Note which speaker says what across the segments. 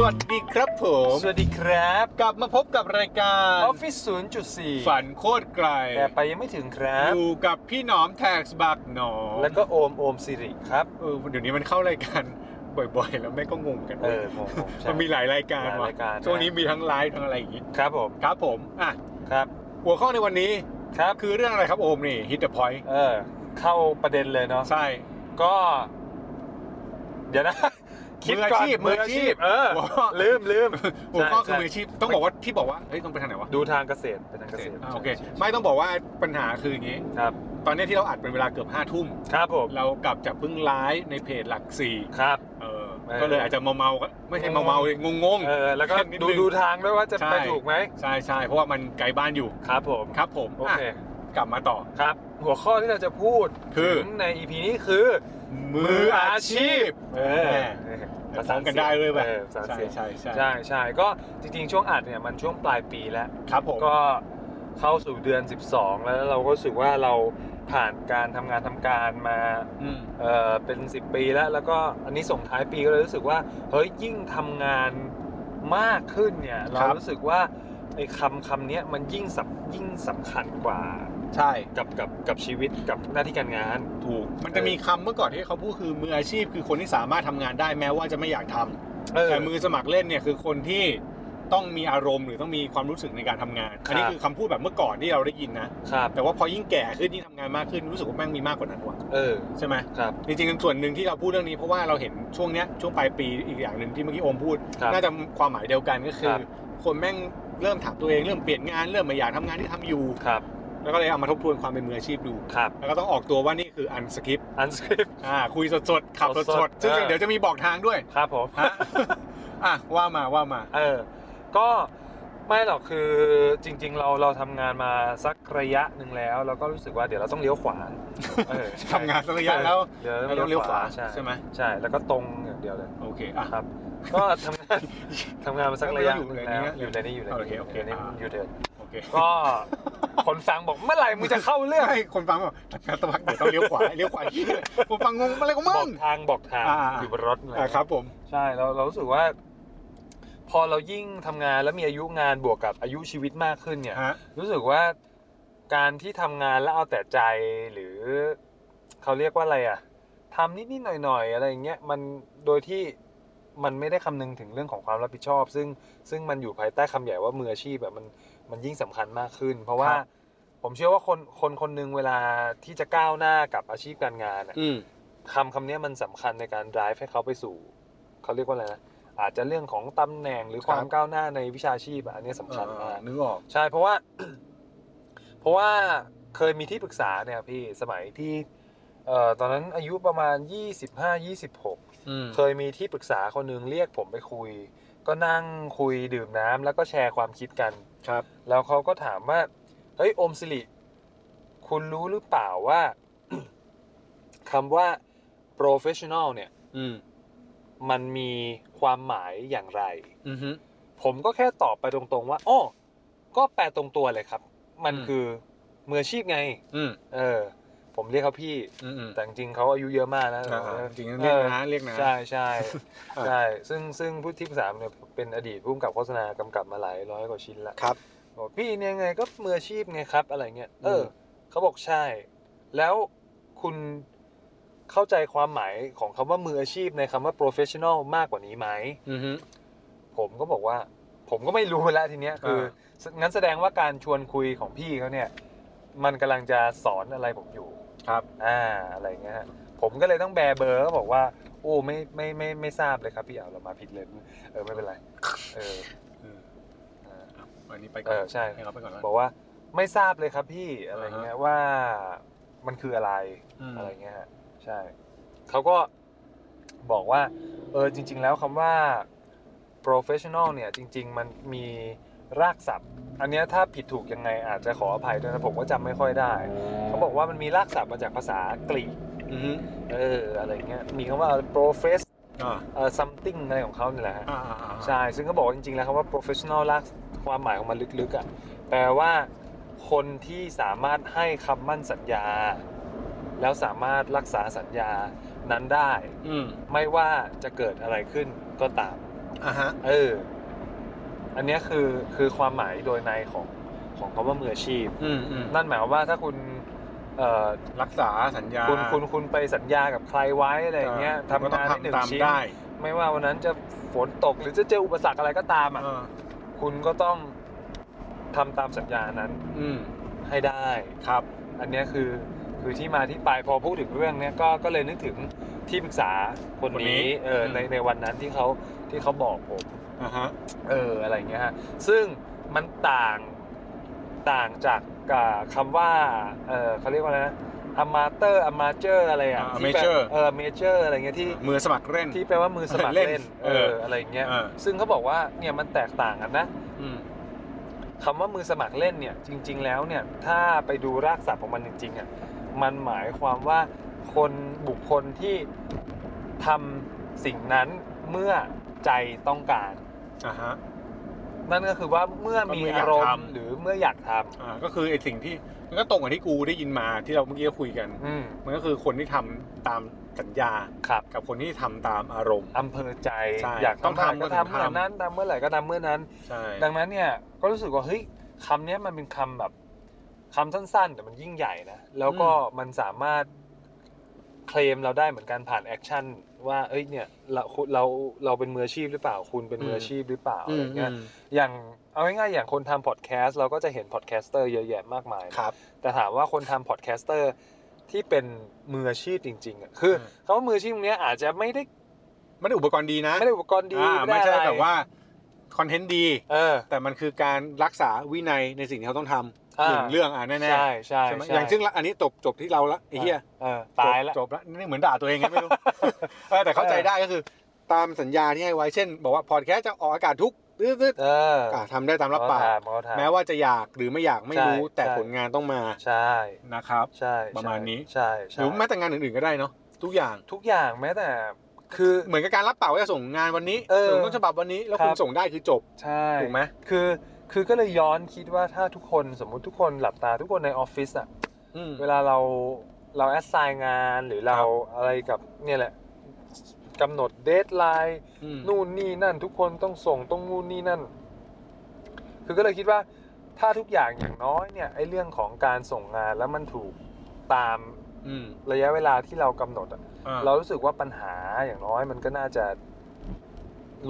Speaker 1: สวัสดีครับผม
Speaker 2: สวัสดีครับ
Speaker 1: กลับมาพบกับรายการ
Speaker 2: ออฟฟิศ0.4
Speaker 1: ฝันโคตรไกล
Speaker 2: แต่ไปยังไม่ถึงครับ
Speaker 1: อยู่กับพี่หนอมแท็กสบักหนอม
Speaker 2: แล้วก็โอมโอมสิริครับ
Speaker 1: เออเดี๋ยวนี้มันเข้ารายการบ่อยๆ แล้วแม่ก็งงกัน
Speaker 2: เอ
Speaker 1: ว้ย
Speaker 2: อผมผมใช่
Speaker 1: มันมีหลายรายการ
Speaker 2: หลาย
Speaker 1: ว่ะ
Speaker 2: รายการนะ
Speaker 1: ช่วงนี้มีทั้งไลฟ์ทั้งอะไรอย่างงี้
Speaker 2: ครับผม
Speaker 1: ครับผมอ่ะ
Speaker 2: ครับ
Speaker 1: หัวข้อในวันนี้
Speaker 2: ครับ
Speaker 1: คือเรื่องอะไรครับโอมนี่ฮิตเดอะพอยต์
Speaker 2: เออเข้าประเด็นเลยเนาะ
Speaker 1: ใช่
Speaker 2: ก็ เดี๋ยวนะ คิด
Speaker 1: มืออา
Speaker 2: ก่อน
Speaker 1: ชีพมืออาชีพ
Speaker 2: เออ
Speaker 1: หัวข้อ
Speaker 2: ลืมลืม
Speaker 1: หัวข้อคือ
Speaker 2: ใช่
Speaker 1: มืออาชีพต้องบอกว่าที่บอกว่าเฮ้ยต้องไปทางไหนวะ
Speaker 2: ดูทางเกษตรเป็นทางเกษตร
Speaker 1: อ่ะโอเค
Speaker 2: ใช่
Speaker 1: ไม่ต้องบอกว่าปัญหาคืออย่างงี้
Speaker 2: ครับ
Speaker 1: ตอนนี้ที่เราอัดเป็นเวลาเกือบห้าทุ่ม
Speaker 2: ครับผม
Speaker 1: เรากลับจากเพิ่งไลฟ์ในเพจหลักสี่
Speaker 2: ครับ
Speaker 1: เออ
Speaker 2: เออ
Speaker 1: ก็เลยอาจจะเมาเมาๆก็ไม่ใช่เมาเมาเลยงงง
Speaker 2: เออแล้วก็
Speaker 1: แค่นิด
Speaker 2: ดู
Speaker 1: นึง
Speaker 2: ดูทางด้วยว่าจะ
Speaker 1: ใช่
Speaker 2: ไปถูกไหม
Speaker 1: ๆใช่ใช่เพราะว่ามันไกลบ้านอยู่
Speaker 2: ครับผม
Speaker 1: ครับผม
Speaker 2: โอเค
Speaker 1: อ่ะกลับมาต่อ
Speaker 2: ครับ หัวข้อที่เราจะพูด
Speaker 1: คือ
Speaker 2: ถึงใน EP นี้คือ
Speaker 1: มืออาชีพ
Speaker 2: เออ
Speaker 1: ประสานกันได้เลยแบบ
Speaker 2: ออประสาน
Speaker 1: ใช่
Speaker 2: เสียง
Speaker 1: ใช่ใช่
Speaker 2: ใช่ใช่ก็จริงๆ ช่วงอัดเนี่ยมันช่วงปลายปีแล้ว
Speaker 1: ครับผม
Speaker 2: ก็เข้าสู่เดือน 12 แล้วเราก็รู้สึกว่าเราผ่านการทำงานทำการมา
Speaker 1: อืม
Speaker 2: เออเป็น 10 ปีแล้ว แล้วก็อันนี้ส่งท้ายปีก็เลยรู้สึกว่า เฮ้ยยิ่งทำงานมากขึ้นเนี่ยเรารู้สึกว่าไอ้คำคำเนี้ยมันยิ่งสำยิ่งสำคัญกว่า
Speaker 1: ใช่
Speaker 2: กับกับกับชีวิตกับหน้าที่การงาน
Speaker 1: ถูก มันจะมีคำเมื่อก่อนที่เขาพูดคือมืออาชีพ คือคนที่สามารถทำงานได้แม้ว่าจะไม่อยากทำ
Speaker 2: เออ
Speaker 1: แต่มือสมัครเล่นเนี่ยคือคนที่ต้องมีอารมณ์หรือต้องมีความรู้สึกในการทำงาน อันนี้
Speaker 2: ครับ
Speaker 1: คือคำพูดแบบเมื่อก่อนที่เราได้ยินนะ
Speaker 2: ครับ
Speaker 1: แต่ว่าพอยิ่งแก่ขึ้นยิ่งทำงานมากขึ้นรู้สึกว่าแม่งมีมากกว่านั้นว่ะ
Speaker 2: เออ
Speaker 1: ใช่ไหม
Speaker 2: ครับ
Speaker 1: จริงๆส่วนหนึ่งที่เราพูดเรื่องนี้เพราะว่าเราเห็นช่วงเนี้ยช่วงปลายปีอีกอย่างหนึ่งที่เมื่อกี้โอมพูด
Speaker 2: ครับ
Speaker 1: น่าจะความหมายเดียวกันก็คือ
Speaker 2: ครับ
Speaker 1: คนแม่งเริ่มถามตัวเองเริ่มเปลี่ยนงานเริ่มไมาอยากทำงานที่ทำอยู่
Speaker 2: ครับ
Speaker 1: แล้วก็เลยเอามาทบทวนความเป็นมืออาชีพดู
Speaker 2: ครับ
Speaker 1: แล้วก็ต้องออกตัวว่านี่คืออันสคริป
Speaker 2: อันสคริปต์
Speaker 1: อ่าคุยสดๆขับ
Speaker 2: ส
Speaker 1: สด
Speaker 2: ดๆ
Speaker 1: ๆซึ่ง
Speaker 2: เออ
Speaker 1: เดี๋ยวจะมีบอกทางด้วย
Speaker 2: ครับผม
Speaker 1: ฮะ อ่ะว่ามาว่ามา
Speaker 2: เออ ก็ไม่หรอกคือจริง ๆ เราเราทำงานมาสักระยะหนึ่งแล้ว เราก็รู้สึกว่าเดี๋ยวเราต้องเลี้ยวข วาเออใช่
Speaker 1: ทำงานสักระยะแล้ว
Speaker 2: เดี๋ยว
Speaker 1: แล้วต้องเลี้ยวขวาใช่ไหม
Speaker 2: ใช่แล้วก็ตรงอย่างเดียวเลย
Speaker 1: โอเคอ่ะ
Speaker 2: ครับ ก็ทำงาน ทำงานมาสักระยะ
Speaker 1: แล้ว
Speaker 2: หนึ่ง
Speaker 1: เรา
Speaker 2: แล้ว
Speaker 1: อ
Speaker 2: อยู่ ยู่
Speaker 1: ใน
Speaker 2: ใน
Speaker 1: นี้
Speaker 2: นี้อยู่ใน
Speaker 1: โอเค
Speaker 2: นี้
Speaker 1: โอเค
Speaker 2: อยู่ในนี้
Speaker 1: อ่า
Speaker 2: อยู่เถอะ
Speaker 1: โอเค
Speaker 2: ก็ คนฟังบอกเมื่อไหร่มึงจะเข้าเรื่อง
Speaker 1: ให้คนฟังบอกทำงานสักพักเดี๋ยวต้องเลี้ยวขวาเลี้ยวขวาเหียคนฟังงงอะไรก็
Speaker 2: บ
Speaker 1: มั่
Speaker 2: อง กทางบอกทาง
Speaker 1: อ่า
Speaker 2: อยู่บนรถเลย
Speaker 1: อ่ะครับผม
Speaker 2: ใช่เราเรารู้สึกว่า พอเรายิ่งทำงานแล้วมีอายุงานบวกกับอายุชีวิตมากขึ้นเนี่ย
Speaker 1: ฮะ
Speaker 2: รู้สึกว่าการที่ทำงานแล้วเอาแต่ใจหรือเขาเรียกว่าอะไรอ่ะทำนิดๆหน่อยๆอะไรอย่างเงี้ยมันโดยที่มันไม่ได้คำนึงถึงเรื่องของความรับผิดชอบ ซึ่งซึ่งมันอยู่ภายใต้คำใหญ่ว่ามืออาชีพแบบมันมันยิ่งสำคัญมากขึ้น เพราะ
Speaker 1: ค
Speaker 2: ว่า
Speaker 1: รับ
Speaker 2: ผมเชื่อว่าคนคนคนหนึ่งเวลาที่จะก้าวหน้ากับอาชีพการงานอะ
Speaker 1: อืม
Speaker 2: คำคำเนี้ยมันสำคัญในการ drive ให้เขาไปสู่ เขาเรียกว่าอะไรนะอาจจะเรื่องของตำแหน่งหรื
Speaker 1: ค
Speaker 2: อ
Speaker 1: รับ
Speaker 2: ความก้าวหน้าในวิชาชีพอะอันเนี้ยสำคัญ
Speaker 1: เอ
Speaker 2: มา
Speaker 1: อก นึกออก
Speaker 2: ใช่เพราะว่า เพราะว่าเคยมีที่ปรึกษาเนี่ยพี่สมัยที่เอ่อตอนนั้นอายุประมาณ 25 26 เคยมีที่ปรึกษาคนหนึงเรียกผมไปคุย ก็นั่งคุยดื่มน้ำแล้วก็แชร์ความคิดกัน
Speaker 1: ครับ
Speaker 2: แล้วเขาก็ถามว่า เฮ้ย โอมสิริ คุณรู้หรือเปล่าว่า คำว่า professional เนี่ย
Speaker 1: อืม
Speaker 2: มันมีความหมายอย่างไร
Speaker 1: อืม
Speaker 2: ผมก็แค่ตอบไปตรงๆ ว่าอ้อก็แปลตรงตัวเลยครับ มัน
Speaker 1: อืม
Speaker 2: คือมืออาชีพไง
Speaker 1: อืม
Speaker 2: เออ ผมเรียกเขาพี่
Speaker 1: อืม
Speaker 2: แต่จริงๆเขาอายุเยอะมากนะ
Speaker 1: อ่า
Speaker 2: เออ
Speaker 1: จริงๆเรียกนะเรียกนะ
Speaker 2: ใช่ใช่
Speaker 1: อ่า
Speaker 2: ใช่ ซึ่งซึ่งผู้ที่ปรึกษาเนี่ยเป็นอดีตผู้กำกับโฆษณากำกับมาหลายร้อยกว่าชิ้นละ
Speaker 1: ครับ
Speaker 2: บอกพี่เนี่ยไงก็มืออาชีพไงครับ อะไรเงี้ยเออ
Speaker 1: ม
Speaker 2: อเขาบอกใช่ แล้วคุณเข้าใจความหมายของคำว่ามืออาชีพในคำว่า professional มากกว่านี้ไหม
Speaker 1: อืม
Speaker 2: ผมก็บอกว่า ผมก็ไม่รู้แล้วทีเนี้ยคืองั้นแสดงว่าการชวนคุยของพี่เขาเนี่ย มันกำลังจะสอนอะไรผมอยู่
Speaker 1: ครับ
Speaker 2: อ่าอะไรเงี้ยฮะผมก็เลยต้องแบเบอร์ก็บอกว่า โอ้ไม่ไม่ไมไม่ไม่ทราบเลยครับพี่เอาเรามาผิดเลยเออไม่เป็นไรเอออ่า
Speaker 1: อันนี้ไปก่
Speaker 2: เอ
Speaker 1: อน
Speaker 2: อใช่
Speaker 1: ให้เขาไปก่อนแล้ว
Speaker 2: บอกว่าไม่ทราบเลยครับพี่อะไรเงี้ยว่ามันคืออะไร
Speaker 1: อืม
Speaker 2: อะไรเงี้ยฮะใช่เขาก็บอกว่าเออจริง ๆ แล้วคำว่า professional professional เนี่ยจริง ๆ มันมีรากศัพท์ อันเนี้ยถ้าผิดถูกยังไงอาจจะขออภัยด้วยนะผมก็จำไม่ค่อยได้ เขาบอกว่ามันมีรากศัพท์มาจากภาษากรีก
Speaker 1: อือฮึ
Speaker 2: เอออะไรเงี้ยมีคำว่า profess
Speaker 1: อ่า
Speaker 2: เอ่อ something อะไรของเขาเนี่ยแหละฮะ
Speaker 1: อ่าอ่าอ่า
Speaker 2: ใช่ ซึ่งก็บอกว่าจริงๆ แล้วคำว่า professional ลักความหมายของมันลึกๆ อ่ะ แปลว่าคนที่สามารถให้คำมั่นสัญญา แล้วสามารถรักษาสัญญานั้นได้
Speaker 1: อืม
Speaker 2: ไม่ว่าจะเกิดอะไรขึ้นก็ตาม
Speaker 1: อ่าฮะ
Speaker 2: เออ อันเนี้ยคือคือความหมายโดยในของของคำว่ามืออาชีพ
Speaker 1: อืมอืม
Speaker 2: นั่นหมายความว่าถ้าคุณเอ่อ
Speaker 1: รักษาสัญญา
Speaker 2: คุณคุณคุณไปสัญญากับใครไว้อะไรอย่างเงี้ย
Speaker 1: ออ
Speaker 2: ทำงาน
Speaker 1: ก็ต้อ
Speaker 2: ให้หนึ่ง
Speaker 1: ตาม
Speaker 2: ชิ้น
Speaker 1: ได้
Speaker 2: ไม่ว่าวันนั้นจะฝนตกหรือจะเจออุปสรรคอะไรก็ตามอ่ะ
Speaker 1: เออ
Speaker 2: คุณก็ต้องทำตามสัญญานั้น
Speaker 1: อืม
Speaker 2: ให้ได้
Speaker 1: ครับ
Speaker 2: อันเนี้ยคือคือที่มาที่ไปพอพูดถึงเรื่องเนี้ยก็ก็เลยนึกถึงที่ปรึกษาคน
Speaker 1: คนนี้
Speaker 2: นี้เอออ
Speaker 1: ม
Speaker 2: ในในวันนั้นที่เขาที่เขาบอกผม
Speaker 1: อ่าฮะ
Speaker 2: เอออะไรเงี้ยฮะซึ่งมันต่างต่างจากอ่าคำาว่าเออเขาเรียกว่าอะไรนะอมาเตอร์อมาเจอร์อะไรอ่ะ
Speaker 1: อ่า
Speaker 2: ที่แปล
Speaker 1: amateur
Speaker 2: เออเมเจอร์อะไรเงี้ยที่
Speaker 1: มือสมัครเล่น
Speaker 2: ที่แปลว่ามือสมัคร
Speaker 1: เล่
Speaker 2: เล่
Speaker 1: น
Speaker 2: นเอ
Speaker 1: เอ
Speaker 2: อ
Speaker 1: อ
Speaker 2: อะไรเงี้ย
Speaker 1: เออ
Speaker 2: ซึ่งเขาบอกว่าเนี่ยมันแตกต่างกันนะ
Speaker 1: อืม
Speaker 2: คำว่ามือสมัครเล่นเนี่ยจริง ๆ แล้วเนี่ยถ้าไปดูรากศัพท์ของมันจริงๆอ่ะมันหมายความว่าคนบุคคลที่ทำสิ่งนั้นเมื่อใจต้องการ
Speaker 1: อ่าฮะ
Speaker 2: นั่นก็คือว่าเมื่อมีอาร
Speaker 1: ก็เมื่อ
Speaker 2: ม
Speaker 1: อยาก
Speaker 2: ณ์
Speaker 1: ทำ
Speaker 2: หรือเมื่ออยากทำ
Speaker 1: อ่าก็คือไอ้สิ่งที่มันก็ตรงกับที่กูได้ยินมาที่เราเมื่อกี้คุยกัน
Speaker 2: อืม
Speaker 1: มันก็คือคนที่ทำตามสัญญา
Speaker 2: ครับ
Speaker 1: กับคนที่ทำตามอารมณ์
Speaker 2: อำเภอใจ
Speaker 1: ใช่
Speaker 2: อยาก
Speaker 1: ต้อง
Speaker 2: ทำอะไร
Speaker 1: ทำก็
Speaker 2: ก็
Speaker 1: ถึง
Speaker 2: ทำเมื่อ
Speaker 1: ทำ
Speaker 2: นั้นทำเมื่อไหร่ก็ทำเมื่อนั้น
Speaker 1: ใช่
Speaker 2: ดังนั้นเนี่ยก็รู้สึกว่าเฮ้ยคำเนี้ยมันเป็นคำแบบคำสั้นๆ แต่มันยิ่งใหญ่นะ แล้วก็มันสามารถเคลมเราได้เหมือนกันผ่านแอคชั่นว่าเอ้ยเนี่ยเราคุณเราเราเป็นมืออาชีพหรือเปล่า คุณเป็นมืออาชีพหรือเปล่า
Speaker 1: อื
Speaker 2: อะไร
Speaker 1: ม
Speaker 2: เงี้ย
Speaker 1: อืม
Speaker 2: อย่างเอาง่ายๆอย่างคนทำพอดแคสต์เราก็จะเห็นพอดแคสเตอร์เยอะแยะมากมายนะครับ แต่ถามว่าคนทำพอดแคสเตอร์ที่เป็นมืออาชีพจริงๆอ่ะคืออ
Speaker 1: ม
Speaker 2: เขาว่ามืออาชีพตรงเนี้ยอาจจะไม่ได้
Speaker 1: ไม่ได้อุปกรณ์ดีนะ
Speaker 2: ไม่ได้อุปกรณ์ดี
Speaker 1: อ่าไม่
Speaker 2: ด้
Speaker 1: ใช่
Speaker 2: อะร
Speaker 1: แบบว่าคอนเทนต์ดี
Speaker 2: เออ
Speaker 1: แต่มันคือการรักษาวินัยในสิ่งที่เขาต้องทำ
Speaker 2: อ่า
Speaker 1: หนึ่งเรื่องอ่ะแน่
Speaker 2: ใช่ใช่
Speaker 1: ๆใช่ไหม
Speaker 2: ใช่
Speaker 1: อย่างเช่นละอันนี้จบจบที่เราละไอ้เหี้ย
Speaker 2: เออตาย
Speaker 1: จ
Speaker 2: ละ
Speaker 1: บจบละนี่เหมือนด่าตัวเองไง ไม่รู้ เออแต่เข้าใจได้ก็คือ ตามสัญญาที่ให้ไว้เช่น บอกว่าพอดแคสต์จะออกอากาศทุกตืด
Speaker 2: เออ
Speaker 1: ๆอ่ะทำได้ตามรับปาก
Speaker 2: เขถ
Speaker 1: แม้ว่าจะอยากหรือไม่อยากไม่รู้
Speaker 2: ใช่
Speaker 1: แต่
Speaker 2: ใช่
Speaker 1: ผลงานต้องมา
Speaker 2: ใช่
Speaker 1: นะครับ
Speaker 2: ใช่ใช่
Speaker 1: ประมาณนี้
Speaker 2: ใช่
Speaker 1: ห
Speaker 2: ใช่
Speaker 1: รือแม้แต่งานอื่นๆก็ได้เนาะทุกอย่าง
Speaker 2: ทุกอย่างแม้แต่ คือ
Speaker 1: เหมือนกับการรับปากว่าจะส่งงานวันนี้
Speaker 2: เออ
Speaker 1: ส่งต้นฉบับวันนี้แล้ว
Speaker 2: ครับ
Speaker 1: คุณส่งได้คือจบ
Speaker 2: ใช่
Speaker 1: ถูกไหม
Speaker 2: คือคือก็เลยย้อนคิดว่าถ้าทุกคนสมมุติทุกคนหลับตาทุกคนในออฟฟิศอะ
Speaker 1: อืม
Speaker 2: เวลาเราเราแอสไซน์งานหรือเรา
Speaker 1: ครับ
Speaker 2: อะไรกับเนี่ยแหละกำหนดเดทไลน์
Speaker 1: อืม
Speaker 2: นู่นนี่นั่น ทุกคนต้องส่งต้องนู่นนี่นั่น คือก็เลยคิดว่าถ้าทุกอย่างอย่างน้อยเนี่ยไอ้เรื่องของการส่งงานแล้วมันถูกตาม
Speaker 1: อืม
Speaker 2: ระยะเวลาที่เรากำหนดอะ
Speaker 1: อ่า
Speaker 2: เรารู้สึกว่าปัญหาอย่างน้อยมันก็น่าจะ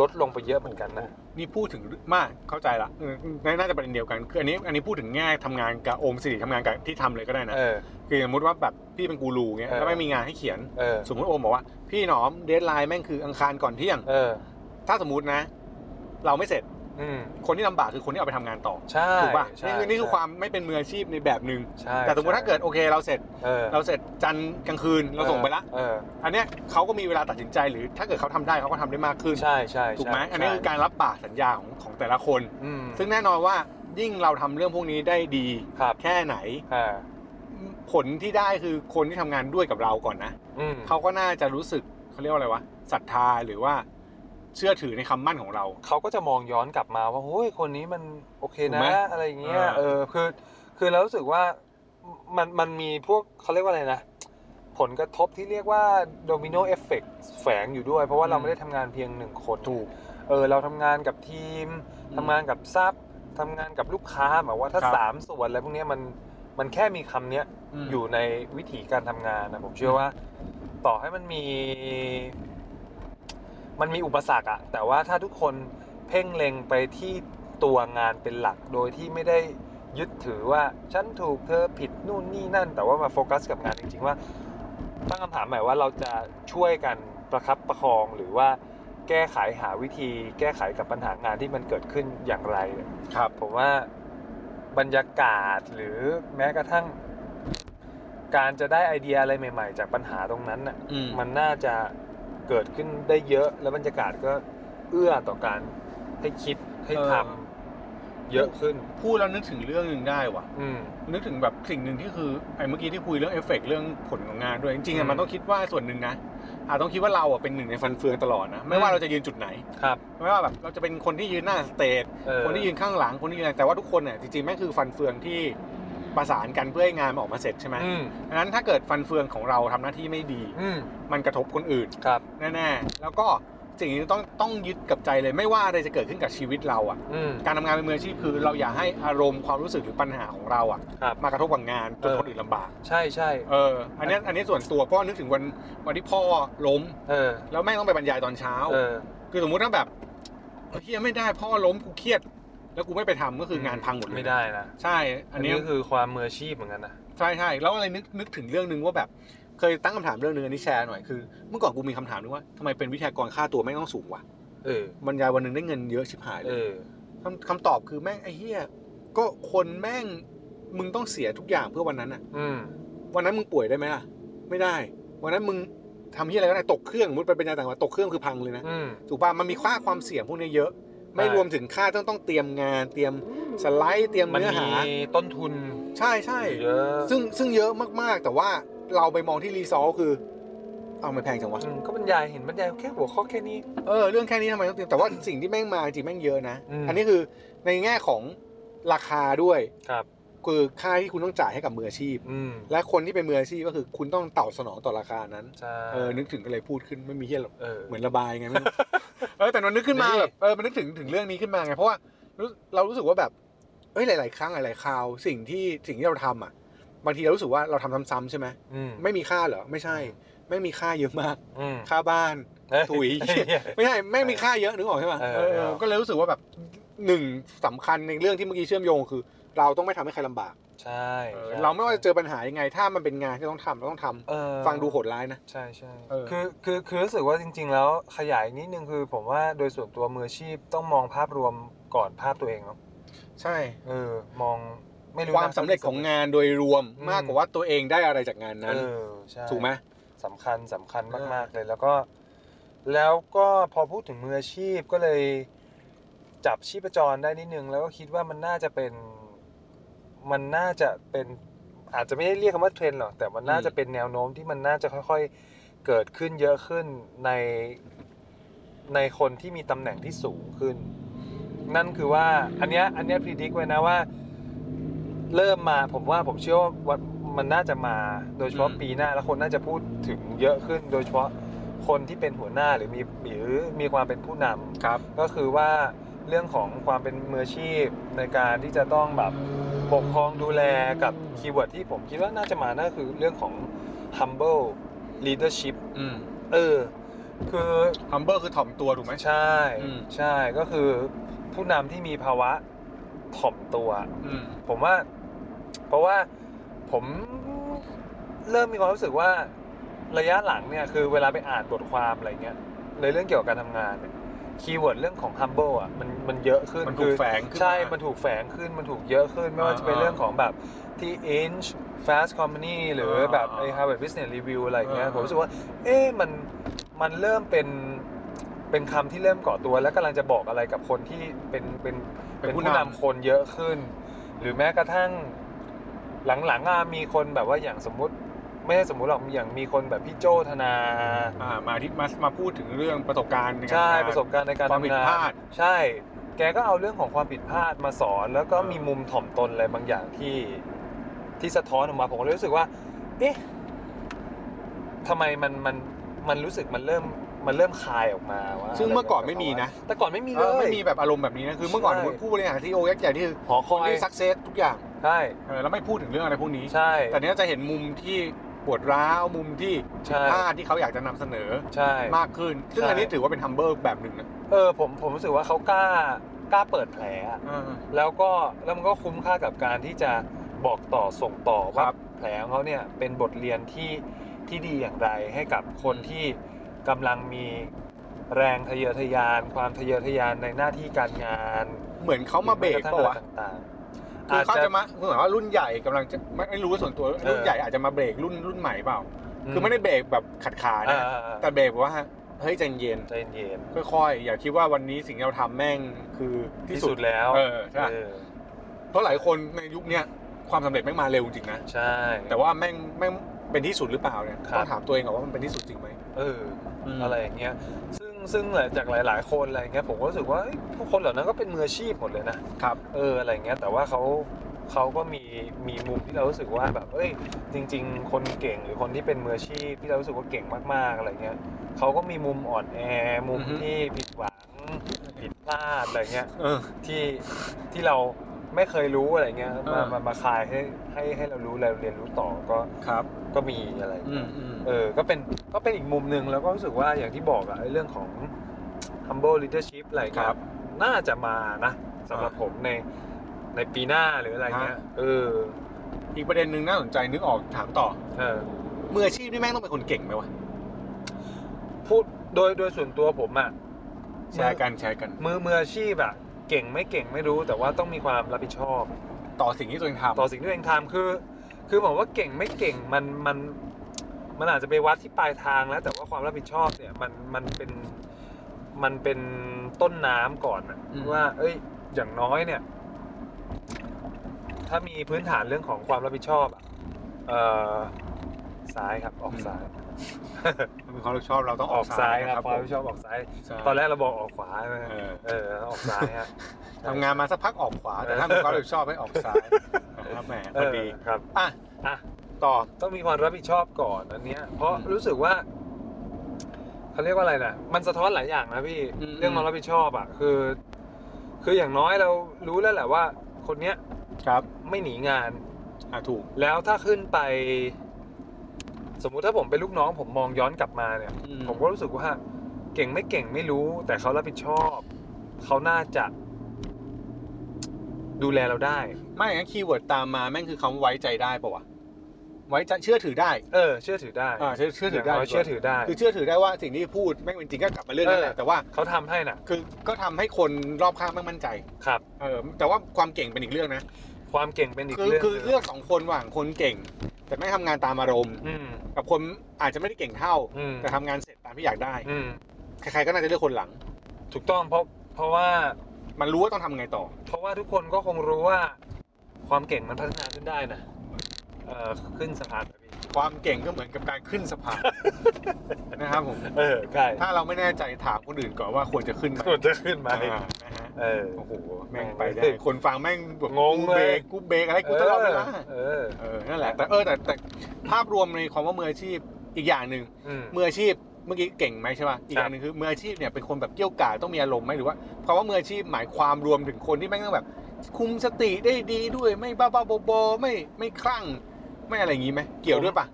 Speaker 2: ลดลงไปเยอะเหมือนกันนะ
Speaker 1: นี่พูดถึงมากเข้าใจละเออน่าจะประเด็นเดียวกันคืออันนี้อันนี้พูดถึงง่ายทำงานกับโอมสิริทำงานกับที่ทำเลยก็ได้นะ
Speaker 2: เออ
Speaker 1: คือสมมติว่าแบบพี่เป็นกูรูเงี้ย
Speaker 2: เออ
Speaker 1: แล้วไม่มีงานให้เขียน
Speaker 2: เออ
Speaker 1: สมมติโอมบอกว่า พี่หนอมเดทไลน์แม่งคืออังคารก่อนเที่ยง
Speaker 2: เออ
Speaker 1: ถ้าสมมตินะ เราไม่เสร็จ
Speaker 2: อืม
Speaker 1: คนที่ลำบากคือคนที่เอาไปทำงานต่อ
Speaker 2: ใช่
Speaker 1: ถูกป่ะ
Speaker 2: ใช่
Speaker 1: นี่คือนี่คือ
Speaker 2: ใช่
Speaker 1: ความไม่เป็นมืออาชีพในแบบหนึ่ง
Speaker 2: ใช่
Speaker 1: แต่สมมติถ้าเกิดโอเค เราเสร็จ
Speaker 2: เออ
Speaker 1: เราเสร็จจันทร์กลางคืนเราส่งไปละ
Speaker 2: เออ
Speaker 1: อันเนี้ยเขาก็มีเวลาตัดสินใจหรือถ้าเกิดเขาทำได้เขาก็ทำได้มากขึ้น
Speaker 2: ใช่ใช่ใช่
Speaker 1: ถูกไหมอันนี้คือการรับปากสัญญาของของแต่ละคน
Speaker 2: อืม
Speaker 1: ซึ่งแน่นอนว่ายิ่งเราทำเรื่องพวกนี้ได้ดี
Speaker 2: ครับ
Speaker 1: แค่ไหน
Speaker 2: อ่า
Speaker 1: ผลที่ได้คือคนที่ทำงานด้วยกับเราก่อนนะ
Speaker 2: อืม
Speaker 1: เขาก็น่าจะรู้สึกเขาเรียกว่าอะไรวะศรัทธาหรือว่าเชื่อถือในคำมั่นของเรา
Speaker 2: เขาก็จะมองย้อนกลับมาว่าเฮ้ยคนนี้มันโอเค
Speaker 1: ถูกไหม
Speaker 2: นะ อะไรอย่างเงี้ย
Speaker 1: อ่า
Speaker 2: เออคือคือเรารู้สึกว่ามันมันมีพวกเขาเรียกว่าอะไรนะ ผลกระทบที่เรียกว่าโดมิโนเอฟเฟกแฝงอยู่ด้วย เพราะว่าเราไม่ได้ทำงานเพียงหนึ่งคน
Speaker 1: ถูก
Speaker 2: เออเราทำงานกับทีม
Speaker 1: อืม
Speaker 2: ทำงานกับซับทำงานกับลูกค้าหมายว่าถ้า
Speaker 1: ครับ
Speaker 2: สามส่วนอะไรพวกเนี้ยมันมันแค่มีคำเนี้ยอยู่ในวิถีการทำงานนะผมเชื่อว่า ต่อให้มันมี มันมีอุปสรรคอะแต่ว่าถ้าทุกคนเพ่งเล็งไปที่ตัวงานเป็นหลักโดยที่ไม่ได้ยึดถือว่าฉันถูกเธอผิดนู่นนี่นั่น แต่ว่ามาโฟกัสกับงานจริงๆว่าตั้งคำถามใหม่ว่าเราจะช่วยกันประครับประคองหรือว่าแก้ไขหาวิธี แก้ไขกับปัญหางานที่มันเกิดขึ้นอย่างไรเนี่ย
Speaker 1: ครับ
Speaker 2: ผมว่าบรรยากาศหรือแม้กระทั่ง การจะได้ไอเดียอะไรใหม่ ๆ จากปัญหาตรงนั้นน่ะ
Speaker 1: อืม
Speaker 2: มันน่าจะเกิดขึ้นได้เยอะ แล้วบรรยากาศก็เอื้อต่อการ ให้คิดให้
Speaker 1: เออ
Speaker 2: ทำเยอะขึ้น
Speaker 1: พูดแล้วนึกถึงเรื่องหนึ่งได้ว่ะ
Speaker 2: อืม
Speaker 1: นึกถึงแบบสิ่งหนึ่งที่คือไอ้เมื่อกี้ที่คุยเรื่องเอฟเฟกต์เรื่องผลของงานด้วย จริงๆ
Speaker 2: อื
Speaker 1: อะ
Speaker 2: ม
Speaker 1: มันต้องคิดว่าส่วนหนึ่งนะอาจต้องคิดว่าเราอะเป็นหนึ่งในฟันเฟืองตลอดนะไม่
Speaker 2: อื
Speaker 1: ว่าม เราจะยืนจุดไหน
Speaker 2: ครับ
Speaker 1: ไม่ว่าแบบเราจะเป็นคนที่ยืนหน้าสเตจ
Speaker 2: เออ
Speaker 1: คนที่ยืนข้างหลังคนที่ยืนอะไรแต่ว่าทุกคนเนี่ยจริงๆแม่งคือฟันเฟืองที่ประสานกันเพื่อให้งานมันออกมาเสร็จใช่ไหม
Speaker 2: อืม
Speaker 1: ดังนั้นถ้าเกิดฟันเฟืองของเราทำหน้าที่ไม่ดี
Speaker 2: อืม
Speaker 1: มันกระทบคนอื่น
Speaker 2: ครับ
Speaker 1: แน่ๆแล้วก็สิ่งที่ต้องต้องยึดกับใจเลยไม่ว่าอะไรจะเกิดขึ้นกับชีวิตเราอะ
Speaker 2: อืม
Speaker 1: การทำงานเป็นมืออาชีพคือเราอย่าให้อารมณ์ความรู้สึกหรือปัญหาของเราอะ
Speaker 2: ครับ
Speaker 1: มากระทบกับงานจน
Speaker 2: เออ
Speaker 1: คนอื่นลำบาก
Speaker 2: ใช่ใช่
Speaker 1: เอออันเนี้ยอันนี้ส่วนตัวเพราะว่านึกถึงวันวันที่พ่อล้ม
Speaker 2: เออ
Speaker 1: แล้วแม่งต้องไปบรรยายตอนเช้า
Speaker 2: เออ
Speaker 1: คือสมมุติถ้าแบบเฮยเหียไม่ได้พ่อล้มกูเครียด แล้วกูไม่ไปทำก็คืองานพังหมดเลย
Speaker 2: ไม่ได้นะ
Speaker 1: ใช่
Speaker 2: อั
Speaker 1: อั
Speaker 2: น
Speaker 1: น
Speaker 2: นี้
Speaker 1: นี้
Speaker 2: ก็คือความมืออาชีพเหมือนกันนะ
Speaker 1: ใช่ใช่แล้วอะไรนึกนึกถึงเรื่องนึงว่าแบบเคยตั้งคำถามเรื่องนึงอันนี้แชร์หน่อยคือเมื่อก่อนกูมีคำถามนึงว่าทำไมเป็นวิทยากรค่าตัวไม่งต้องสูงวะ
Speaker 2: เออบ
Speaker 1: รรยายวันหนึ่งได้เงินเยอะชิบหายเล
Speaker 2: เอย อ
Speaker 1: คำคำตอบคือแม่งไอ้เหี้ยก็คนแม่งมึงต้องเสียทุกอย่างเพื่อวันนั้นอะ
Speaker 2: อืม
Speaker 1: วันนั้นมึงป่วยได้ไหมล่ะ ไม่ได้ วันนั้นมึงทำที่อะไรก็ได้ตกเครื่องสมมติไปเป็นยาต่างประเทศตกเครื่องคือพังเลยนะ
Speaker 2: อืม
Speaker 1: ถูกป่ะมันมีค่าความเสี่ยงพวกนี้เยอะ ไม่
Speaker 2: ใช่
Speaker 1: รวมถึงค่าต้องต้องเตรียมงานเตรียมสไลด์เตรียม
Speaker 2: มัน
Speaker 1: เนื้อ
Speaker 2: มี
Speaker 1: หา
Speaker 2: ต้นทุน
Speaker 1: ใช่ใช่
Speaker 2: เยอะ
Speaker 1: ซึ่งซึ่งเยอะมากๆ แต่ว่าเราไปมองที่รีซอสคือ เอามันแพงจังวะ
Speaker 2: อืมก็บรรยายเห็นบรรยายแค่หัวข้อแค่นี้
Speaker 1: เออเรื่องแค่นี้ทำไมต้องเตรียมแต่ว่าสิ่งที่แม่งมาจริงแม่งเยอะนะ
Speaker 2: อืม
Speaker 1: นนี้คือในแง่ของราคาด้วย
Speaker 2: ครับ
Speaker 1: คือค่าที่คุณต้องจ่ายให้กับมืออาชีพ
Speaker 2: อืม
Speaker 1: และคนที่เป็นมืออาชีพก็คือคุณต้องตอบสนองต่อราคานั้น
Speaker 2: ใช่
Speaker 1: เออ นึกถึงก็เลยพูดขึ้นไม่มีเฮียหรอก
Speaker 2: เออ
Speaker 1: เหมือนระบายไงไม่รู้ เออแต่มันนึกขึ้นมา
Speaker 2: นี่
Speaker 1: แบบเออมันนึกถึงถึงเรื่องนี้ขึ้นมาไงเพราะว่ารู้เรารู้สึกว่าแบบเอ้ยหลาย ๆ ครั้งหลาย ๆ คราวสิ่งที่สิ่งที่เราทำอ่ะบางทีเรารู้สึกว่าเราทำซ้ำๆใช่ไหม
Speaker 2: อืม
Speaker 1: ไม่มีค่าเหรอไม่ใช่ไม่งมีค่าเยอะมาก
Speaker 2: อืม
Speaker 1: ค่าบ้าน
Speaker 2: เฮ้
Speaker 1: ถุย
Speaker 2: เหี้
Speaker 1: ไม่ใช่ไม่งมีค่าเยอะนึกออกใช่ไหม
Speaker 2: เออ
Speaker 1: เออเออก็เลยรู้สึกว่าแบบหนึ่งสำคัญในเรื่องที่เมื่อกี้เชื่อมโยงคือ เราต้องไม่ทำให้ใครลำบาก
Speaker 2: ใช่
Speaker 1: เออ
Speaker 2: ใช่
Speaker 1: เราไม่ว่าจะเจอปัญหายังไง ถ้ามันเป็นงานที่ต้องทำเราต้องทำ
Speaker 2: เออ
Speaker 1: ฟังดูโหดร้ายนะ
Speaker 2: ใช่ใช่
Speaker 1: เออ
Speaker 2: คือคือคือรู้สึกว่าจริง ๆ แล้วขยายนิดนึงคือ ผมว่าโดยส่วนตัวมืออาชีพต้องมองภาพรวมก่อนภาพตัวเองเนาะ
Speaker 1: ใช่
Speaker 2: เออ มองไม่รู้นะ
Speaker 1: ความสำเร็จของงานโดยรวม
Speaker 2: อืม
Speaker 1: มากกว่าว่าตัวเองได้อะไรจากงานนั้น
Speaker 2: เออใช่
Speaker 1: ถูกไหม
Speaker 2: สำคัญสำคัญ
Speaker 1: เออ
Speaker 2: มากๆเลยแล้วก็แล้วก็พอพูดถึงมืออาชีพก็เลยจับชีพจรได้นิดนึง แล้วก็คิดว่ามันน่าจะเป็น มันน่าจะเป็น อาจจะไม่ได้เรียกคำว่าเทรนด์หรอกแต่มันน่าจะเป็นแนวโน้มที่มันน่าจะค่อยๆเกิดขึ้นเยอะขึ้นในในคนที่มีตำแหน่งที่สูงขึ้น นั่นคือว่าอันเนี้ยอันเนี้ยพิจิกไว้นะว่า เริ่มมาผมว่าผมเชื่อว่าวันมันน่าจะมาโดยเฉพาะ
Speaker 1: อืม
Speaker 2: ปีหน้าแล้วคนน่าจะพูดถึงเยอะขึ้น โดยเฉพาะคนที่เป็นหัวหน้าหรือมีหรือมีความเป็นผู้นำ
Speaker 1: ครับ
Speaker 2: ก็คือว่าเรื่องของความเป็นมืออาชีพในการที่จะต้องแบบปกครองดูแลกับคีย์เวิร์ดที่ผมคิดว่าน่าจะมาน่าคือเรื่องของ humble leadership
Speaker 1: อืม
Speaker 2: เออ คือ
Speaker 1: ฮัมเบอร์คือถ่อมตัวถูกไหม
Speaker 2: ใช่
Speaker 1: อืม
Speaker 2: ใช่ก็คือผู้นำที่มีภาวะถ่อมตัว
Speaker 1: อืม
Speaker 2: ผมว่า เพราะว่าผมเริ่มมีความรู้สึกว่าระยะหลังเนี่ยคือเวลาไปอ่านบทความอะไรเงี้ยในเรื่องเกี่ยวกับการทำงานเนี่ยคีย์เวิร์ดเรื่องของ humble อ่ะมันมันเยอะขึ้น
Speaker 1: มันถู
Speaker 2: คื
Speaker 1: ก
Speaker 2: อ
Speaker 1: แฝงขึ้นมา
Speaker 2: ใช่มันถูกแฝงขึ้นมันถูกเยอะขึ้น ไม่ว่าจะเป็น
Speaker 1: อ่าๆ
Speaker 2: เรื่องของแบบที่ inch fast company หรือแบบไอ้
Speaker 1: อ่าๆ
Speaker 2: Harvard Business Review อะไรเงี้ย
Speaker 1: อ่าๆ
Speaker 2: ผมรู้สึกว่า เอ๊ะมันมันเริ่มเป็นเป็นคำที่เริ่มก่อตัว และกำลังจะบอกอะไรกับคนที่เป็นเป็น
Speaker 1: เป็นผู้
Speaker 2: เป็นผู้นำ
Speaker 1: นำ
Speaker 2: คนเยอะขึ้น หรือแม้กระทั่งหลังๆอ่ะมีคนแบบว่าอย่างสมมุติ ไม่ใช่สมมุติหรอกอย่างมีคนแบบพี่โจธนา
Speaker 1: อ่ามาที่มามาพูดถึงเรื่องประสบการณ์ในการ
Speaker 2: ใช่
Speaker 1: ทำงาน
Speaker 2: ประสบการณ์ในการ
Speaker 1: ความผิด
Speaker 2: ทำงาน
Speaker 1: พลาด
Speaker 2: ใช่ แกก็เอาเรื่องของความผิดพลาดมาสอน แล้วก็
Speaker 1: เออ
Speaker 2: มีมุมถ่อมตนอะไรบางอย่างที่ที่สะท้อนออกมาผมก็เลยรู้สึกว่า เอ๊ะทำไมมันมันมันรู้สึกมันเริ่มมันเริ่มคลายออกมาว่า
Speaker 1: ซึ่งเมื่อก่อนไม่มีนะ
Speaker 2: แต่ก่อนไม่มีเล
Speaker 1: เออย ไม่มีแบบอารมณ์แบบนี้นะคือเมื่อก่อน
Speaker 2: ใช่
Speaker 1: ผู้บริหารที่โอยักษ์ใหญ่นี่คือ
Speaker 2: หอค
Speaker 1: ค
Speaker 2: อน ย
Speaker 1: ที่สักเซสทุกอย่าง
Speaker 2: ใช่
Speaker 1: เออแล้วไม่พูดถึงเรื่องอะไรพวกนี้
Speaker 2: ใช่
Speaker 1: แต่เนี้ยจะเห็นมุมที่ปวดร้าวมุมที่
Speaker 2: ใช่
Speaker 1: พลาดที่เขาอยากจะนำเสนอ
Speaker 2: ใช่
Speaker 1: มากขึ้น ซึ่งอันนี้ถือว่าเป็นฮัมเบอร์แบบหนึ่งนะ
Speaker 2: เออผมผมรู้สึกว่าเขากล้ากล้าเปิดแผลอะแล้วก็แล้วมันก็คุ้มค่ากับการที่จะบอกต่อส่งต่อว่า
Speaker 1: ครับ
Speaker 2: แผลของเขาเนี่ยเป็นบทเรียนที่ที่ดีอย่างไรให้กับคน
Speaker 1: อืม
Speaker 2: ที่กำลังมีแรงทะเยอทะยาน ความทะเยอทะยานในหน้าที่การงาน
Speaker 1: เหมือนเขามาเบรก
Speaker 2: หอ
Speaker 1: ปะ
Speaker 2: แม้ทั่ง
Speaker 1: วะ
Speaker 2: อะไรต่างๆ
Speaker 1: คือเขา
Speaker 2: จ
Speaker 1: จะมาเหมือนว่ารุ่นใหญ่กำลังจะไม่ไม่รู้ว่าส่วนตัวรุ่นใหญ่อาจจะมาเบรกรุ่นรุ่นใหม่เปล่า คือไม่ได้เบรกแบบขัดขานะ
Speaker 2: อ่าๆๆ
Speaker 1: แต่เบรกว่า เฮ้ยใจเย็น
Speaker 2: ใจเย็น
Speaker 1: ค่อยๆอย่าคิดว่าวันนี้สิ่งที่เราทำแม่งคือที่
Speaker 2: ที่
Speaker 1: สุ
Speaker 2: สุ
Speaker 1: ด
Speaker 2: ดแล้ว
Speaker 1: เออใช่ปะ
Speaker 2: เออ
Speaker 1: เพราะหลายคนในยุคเนี้ยความสำเร็จแม่งมาเร็วจริงนะ
Speaker 2: ใช่
Speaker 1: แต่ว่าแม่งแม่งเป็นที่สุดหรือเปล่าเนี่ย
Speaker 2: ครับ
Speaker 1: ต้องถามตัวเองก่อนว่ามันเป็นที่สุดจริงไหม
Speaker 2: เออ อะไรอย่างเงี้ย ซึ่งซึ่งหลายจากหลาย ๆ คนอะไรอย่างเงี้ย ผมก็รู้สึกว่าเอ้ยพวกคนเหล่านั้นก็เป็นมืออาชีพหมดเลยนะครับ เออ อะไรอย่างเงี้ย แต่ว่าเขาเขาก็มีมีมุมที่เรารู้สึกว่าแบบ เอ้ย จริง ๆ คนเก่งหรือคนที่เป็นมืออาชีพที่เรารู้สึกว่าเก่งมาก ๆ อะไรเงี้ยเขาก็มีมุมอ่อนแอ มุม
Speaker 1: อือฮึ
Speaker 2: ที่ผิดหวัง ผิดพลาดอะไรเงี้ย
Speaker 1: เออ
Speaker 2: ที่ที่เราไม่เคยรู้อะไรเงี้ย
Speaker 1: เอ
Speaker 2: มา
Speaker 1: อ
Speaker 2: มามาคลายให้ให้ให้เรารู้เราเรียนรู้ต่อ ก็
Speaker 1: ครับ
Speaker 2: ก็มีอะไรอย่าง
Speaker 1: อื
Speaker 2: เงี้ย
Speaker 1: มอืม
Speaker 2: เออ ก็เป็น ก็เป็นอีกมุมหนึ่งแล้วก็รู้สึกว่าอย่างที่บอกอะไอ้เรื่องของ humble leadership อะไร
Speaker 1: ค
Speaker 2: ค
Speaker 1: รั
Speaker 2: รับ บ น่าจะมานะสำหรับผมใน ในปีหน้าหรืออะไรเงี้ย
Speaker 1: ฮะ
Speaker 2: เออ
Speaker 1: อีกประเด็นหนึ่งน่าสนใจนึกออกถามต่อ
Speaker 2: เออ
Speaker 1: มืออาชีพนี่แม่งต้องเป็นคนเก่งไหมวะ
Speaker 2: พูดโดย โดยส่วนตัวผมอะ
Speaker 1: แชร์กันแชร์กัน
Speaker 2: มือมืออาชีพอะเก่งไม่เก่งไม่รู้ แต่ว่าต้องมีความรับผิดชอบ
Speaker 1: ต่อสิ่งที่ตัวเองทำ
Speaker 2: ต่อสิ่งที่ตัวเองทำคือ คือผมว่าเก่งไม่เก่งมันมันมันอาจจะไปวัดที่ปลายทางแล้ว แต่ว่าความรับผิดชอบเนี่ยมันมันเป็นมันเป็นต้นน้ำก่อนนะว่า เอ้ย อย่างน้อยเนี่ย ถ้ามีพื้นฐานเรื่องของความรับผิดชอบอะเอ่อซ้ายครับออกซ้าย
Speaker 1: มีความรับผิดชอบเราต้องออกนะ
Speaker 2: ความรับผิดชอบออกซ้าย
Speaker 1: ซ้าย
Speaker 2: ตอนแรกเราบอกออกขวาใช่ไหม
Speaker 1: เออ
Speaker 2: เออออกซ้ายฮะ
Speaker 1: ทำงานมาสักพักออกขวา แต่ถ้ามีความรับผิดชอบให้ออกซ้ายนะครับแหมพ
Speaker 2: เอ
Speaker 1: อ
Speaker 2: อ
Speaker 1: ดี
Speaker 2: ครับ
Speaker 1: อ่ะ
Speaker 2: อ่ะ
Speaker 1: ต่อ
Speaker 2: ต้องมีความรับผิดชอบก่อนอันเนี้ย เพราะ
Speaker 1: อืม
Speaker 2: รู้สึกว่าเขาเรียกว่าอะไรนะมันสะท้อนหลายอย่างนะพี่
Speaker 1: อืม
Speaker 2: เรื่องความรับผิดชอบอ่ะคือ คืออย่างน้อยเรารู้แล้วแหละว่า คนเนี้ย
Speaker 1: ครับ
Speaker 2: ไม่หนีงาน
Speaker 1: อ่ะถูก
Speaker 2: แล้วถ้าขึ้นไป สมมุติถ้าผมเป็นลูกน้องผมมองย้อนกลับมาเนี่ย ผมก็รู้สึกว่า เก่งไม่เก่งไม่รู้ แต่เขารับผิดชอบ เขาน่าจะ ดูแลเราได้
Speaker 1: ไม่อย่างนั้นคีย์เวิร์ดตามมาแม่งคือคำว่าไว้ใจได้ปะวะไว้ใจเชื่อถือได้
Speaker 2: เออ เชื่อถือได้
Speaker 1: อ่าเชื่อเชื่อถือได้
Speaker 2: ย่างน้ยเชื่อถือได้
Speaker 1: คือเชื่อถือได้ว่าสิ่งที่พูดแม่งเป็นจริงก็กลับมาเรื่องนั้นแหละ
Speaker 2: เออ
Speaker 1: แต่ว่า
Speaker 2: เขาทำให้น่ะ
Speaker 1: คือก็ทำให้คนรอบข้างแม่งมั่นใจ
Speaker 2: ครับ
Speaker 1: เออแต่ว่าความเก่งเป็นอีกเรื่องนะ
Speaker 2: ความเก่งเป็นอีก
Speaker 1: คือ
Speaker 2: เรื่อง
Speaker 1: คือ
Speaker 2: หนึ่ง
Speaker 1: เลือกสองคนระหว่างคนเก่ง แต่ไม่ทำงานตามอารมณ์
Speaker 2: อืม
Speaker 1: กับคนอาจจะไม่ได้เก่งเท่า
Speaker 2: อืม
Speaker 1: แต่ทำงานเสร็จตามที่อยากได้
Speaker 2: อืม
Speaker 1: ใครๆก็น่าจะเลือกคนหลัง
Speaker 2: ถูกต้องเพราะเพราะว่า
Speaker 1: มันรู้ว่าต้องทำไงต่อ
Speaker 2: เพราะว่าทุกคนก็คงรู้ว่า ความเก่งมันพัฒนาขึ้นได้นะเอ่อขึ้นสะพานแบบนี้
Speaker 1: ความเก่งก็เหมือนกับการขึ้นสะพาน นะครับผม
Speaker 2: เออใช่
Speaker 1: ถ้าเราไม่แน่ใจถามคนอื่นก่อนว่าควรจะขึ้นไหม
Speaker 2: ควรจะขึ้นไหม
Speaker 1: อ่านะฮะ
Speaker 2: เออ
Speaker 1: โอ้โหแม่ง
Speaker 2: แม่ง
Speaker 1: ไปได้
Speaker 2: เฮ้ย
Speaker 1: คนฟังแม่งแบบ
Speaker 2: งง
Speaker 1: กูเบ
Speaker 2: เลย
Speaker 1: รกกูเบรกอะไรกูตลอดเวลา
Speaker 2: เออ
Speaker 1: เออนั่นแหละแต่เออแต่แต่ภาพรวมในความว่ามืออาชีพอีกอย่างหนึ่ง
Speaker 2: อืม
Speaker 1: มืออาชีพเมื่อกี้เก่งไหมใช่ป่ะอีกอย่างหนึ่งคือมืออาชีพเนี่ยเป็นคนแบบเกี่ยวกาดต้องมีอารมณ์ไหมหรือว่าคำว่ามืออาชีพหมายความรวมถึงคนที่แม่งต้องแบบ คุมสติได้ดีด้วยไม่บ้าบ้าๆบอๆไม่ไม่คลั่งไม่อะไรอย่างงี้ไหมเกี่ยวด้วยป่ะ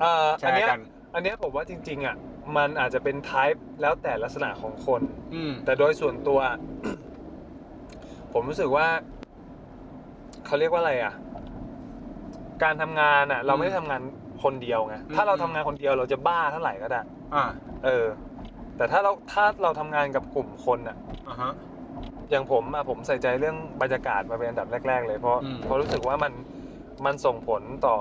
Speaker 2: เอ่อ
Speaker 1: แช
Speaker 2: อัน
Speaker 1: ร์
Speaker 2: เนี้ย
Speaker 1: กัน
Speaker 2: อันเนี้ยผมว่าจริง ๆ อ่ะ มันอาจจะเป็น type แล้วแต่ลักษณะของคน
Speaker 1: อืม
Speaker 2: แต่โดยส่วนตัว ผมรู้สึกว่าเขาเรียกว่าอะไรอ่ะ การทำงานอ่ะ เราไม่ได้ทำงานคนเดียวไง
Speaker 1: อืม
Speaker 2: ถ้าเราทำงานคนเดียวเราจะบ้าเท่าไหร่ก็ได้
Speaker 1: อ่า
Speaker 2: เออ แต่ถ้าเราถ้าเราทำงานกับกลุ่มคนอ่ะ
Speaker 1: อ่าฮะ
Speaker 2: อย่างผมอ่ะผมใส่ใจเรื่องบรรยากาศมาเป็นอันดับแรก ๆ เลยเพราะ
Speaker 1: อืม
Speaker 2: เพราะรู้สึกว่ามันมันส่งผลต่อ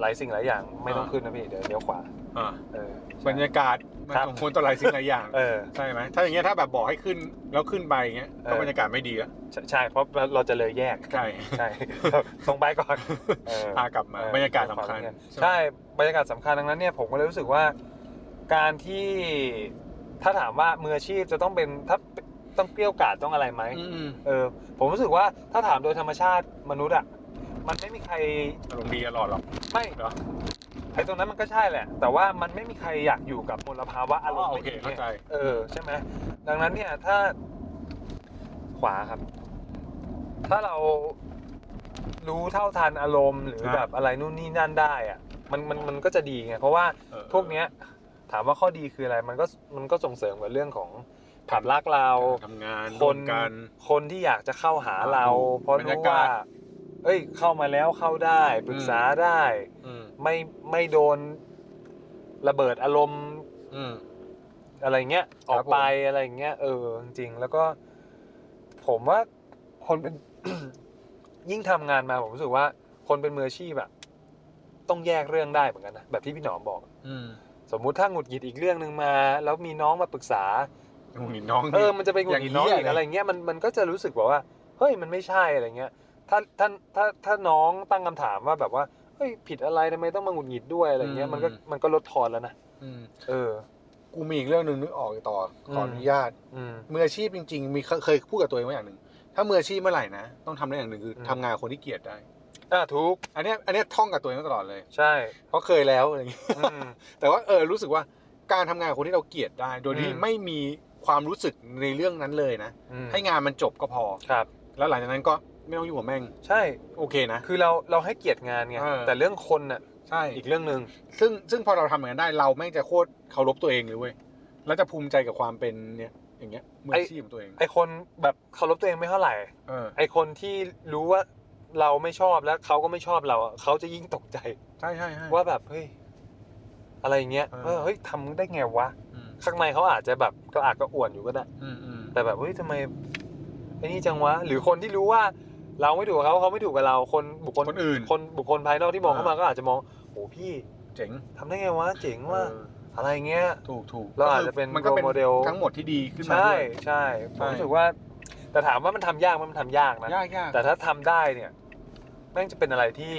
Speaker 2: หลายสิ่งหลายอย่าง ไม่ต้อง
Speaker 1: อ่า
Speaker 2: ขึ้นนะพี่เดี๋ยวเลี้ยวขวา
Speaker 1: อ่า
Speaker 2: เออ
Speaker 1: บรรยากาศมัน
Speaker 2: ครับ
Speaker 1: ส่งผลต่อหลายสิ่งหลายอย่าง
Speaker 2: เออ
Speaker 1: ใช่ไหมถ้าอย่างเงี้ยถ้าแบบบอกให้ขึ้นแล้วขึ้นไปอย่างเงี้ย
Speaker 2: เอ
Speaker 1: ก็
Speaker 2: อ
Speaker 1: บรรยากาศไม่ดีแล้ว
Speaker 2: ใช่ใช่เพราะเราจะเลยแยก
Speaker 1: ใช่
Speaker 2: ใช่ ตรงไปก่อนเออ
Speaker 1: พากลับมา
Speaker 2: เออบ
Speaker 1: รรยากาศสำคัญ
Speaker 2: ใช่บรรยากาศสำคัญดังนั้นเนี่ยผมก็เลยรู้สึกว่า การที่ถ้าถามว่ามืออาชีพจะต้องเป็นถ้าต้องเกลี้ยวกล่อมต้องอะไรไหม
Speaker 1: อืม
Speaker 2: เออ ผมรู้สึกว่าถ้าถามโดยธรรมชาติมนุษย์อ่ะมันไม่มีใคร
Speaker 1: อารมณ์ดีตลอดหรอก
Speaker 2: ไม่
Speaker 1: เหรอ
Speaker 2: ไอ้ตรงนั้นมันก็ใช่แหละ แต่ว่ามันไม่มีใครอยากอยู่กับมลภาวะ
Speaker 1: อ๋
Speaker 2: อารม
Speaker 1: อ
Speaker 2: ณ์
Speaker 1: โอ
Speaker 2: ไม่
Speaker 1: เค
Speaker 2: ดี
Speaker 1: เข้าใจ
Speaker 2: เนี่ยเออใช่ไหมดังนั้นเนี่ยถ้าขวาครับ ถ้าเรารู้เท่าทันอารมณ์ หรืออา แบบอะไรนู่นนี่นั่นได้อ่ะมันมันมันก็จะดีไงเพราะว่า
Speaker 1: เออ
Speaker 2: พวกเนี้ยถามว่าข้อดีคืออะไรมันก็มันก็ส่งเสริมกับเรื่องของฐานรากเรา
Speaker 1: ทำงาน
Speaker 2: ค
Speaker 1: ร่วน มกัน
Speaker 2: คนที่อยากจะเข้าหาเรา เพราะ
Speaker 1: บรร
Speaker 2: รู้
Speaker 1: ยา
Speaker 2: ว่า
Speaker 1: า
Speaker 2: ก
Speaker 1: ศ
Speaker 2: เอ้ย เข้ามาแล้วเข้าได้ปรึกษาได้
Speaker 1: อืม
Speaker 2: ไม่ไม่โดนระเบิดอารมณ์
Speaker 1: อืม
Speaker 2: อะไรเงี้ยออก
Speaker 1: ผม
Speaker 2: ไปอะไรเงี้ยเออจริงๆแล้วก็ ผมว่าคนเป็น ยิ่งทำงานมาผมรู้สึกว่า คนเป็นมืออาชีพอะต้องแยกเรื่องได้เหมือนกันนะแบบที่พี่หนอมบอก
Speaker 1: อืม
Speaker 2: สมมุติถ้าหงุดหงิดอีกเรื่องหนึ่งมา แล้วมีน้องมาปรึกษา
Speaker 1: หงุดหงิดน้อง
Speaker 2: เออ มันจะไปหงุดหงิดน้องอีกอะไรเงี้ย มัน มันก็จะรู้สึกแบบว่า เฮ้ย มันไม่ใช่อะไรเงี้ย ถ้า ถ้า ถ้า ถ้าน้องตั้งคำถามว่าแบบว่า เฮ้ย ผิดอะไรทำไมต้องมาหงุดหงิดด้วยอะไรเงี้ย มันก็ มันก็ลดทอนแล้วนะ
Speaker 1: อืม
Speaker 2: เออ
Speaker 1: กูมีอีกเรื่องหนึ่งนึกออกต่อขออนุญาต
Speaker 2: อืม
Speaker 1: มืออาชีพจริง ๆ มีเคเคยพูดกับตัวเองไว้อย่างหนึ่ง ถ้ามืออาชีพเมื่อไหร่นะ ต้องทำได้อย่างหนึ่งคืออ
Speaker 2: ม
Speaker 1: ทำงานกับคนที่เกลียดได้
Speaker 2: อ่าถูก
Speaker 1: อันเนี้ยอันเนี้ยท่องกับตัวเองไว้ตลอดเลย
Speaker 2: ใช่
Speaker 1: เพราะเคยแล้วอะไรอย่างเงี้ย
Speaker 2: อืม
Speaker 1: แต่ว่าเออรู้สึกว่าการทำงานกับคนที่เราเกลียดได้ โดยที่
Speaker 2: อืม
Speaker 1: ไม่มีความรู้สึกในเรื่องนั้นเลยนะ
Speaker 2: อืม
Speaker 1: ให้งานมันจบก็พอ
Speaker 2: ครับ
Speaker 1: แล้วหลังจากนั้นก็ไม่ต้องอยู่งกับแม่ง
Speaker 2: ใช่
Speaker 1: โอเคนะ
Speaker 2: คือเรา เราให้เกียรติงานไง
Speaker 1: เออ
Speaker 2: แต่เรื่องคนน่ะ
Speaker 1: ใช่
Speaker 2: อีกเรื่องหนึ่ง
Speaker 1: ซึ่งซึ่งพอเราทำอย่างนั้นได้เราแม่งจะโคตรเคารพตัวเองเลยเว้ยแล้วจะภูมิใจกับความเป็นเนี่ยอย่างเงี้ยมืออาชีพของตัวเอง
Speaker 2: ไอคนแบบเคารพตัวเองไม่เท่าไหร่
Speaker 1: เออ
Speaker 2: ไอคนที่รู้ว่าเราไม่ชอบแล้วเขาก็ไม่ชอบเราอะเขาจะยิ่งตกใจ
Speaker 1: ใช่ใช่ใช่
Speaker 2: ว่าแบบ เฮ้ย อะไรเงี้ย
Speaker 1: เออ
Speaker 2: เออเฮ้ยทำได้ไงวะ
Speaker 1: อืม
Speaker 2: ข้างในเขาอาจจะแบบก็อาจก็อ้วนอยู่ก็ได้
Speaker 1: อืมอืม
Speaker 2: แต่แบบเฮ้ยทำไมไอ้นี่จังวะ หรือคนที่รู้ว่าเราไม่ถูกกับเขาเขาไม่ถูกกับเราคนบุคคล
Speaker 1: คนอื่น
Speaker 2: คนบุคคลภายนอกที่มอง
Speaker 1: อ่า
Speaker 2: เข้ามาก็อาจจะมองโอ้พี่
Speaker 1: เจ๋ง
Speaker 2: ทำได้ไงวะเจ๋งว่า
Speaker 1: เออ
Speaker 2: อะไรเงี้ย
Speaker 1: ถูกถูก
Speaker 2: เราอาจจะเป็น
Speaker 1: มันก็เป็น
Speaker 2: role model
Speaker 1: ทั้งหมดที่ดีขึ้นมา
Speaker 2: ใช่
Speaker 1: ด้วย
Speaker 2: ใช่ผ
Speaker 1: ใช่
Speaker 2: มรู้สึกว่า แต่ถามว่ามันทำยากไหมมันทำยากนะ
Speaker 1: ยากยาก
Speaker 2: แต่ถ้าทำได้เนี่ยแม่งจะเป็นอะไรที่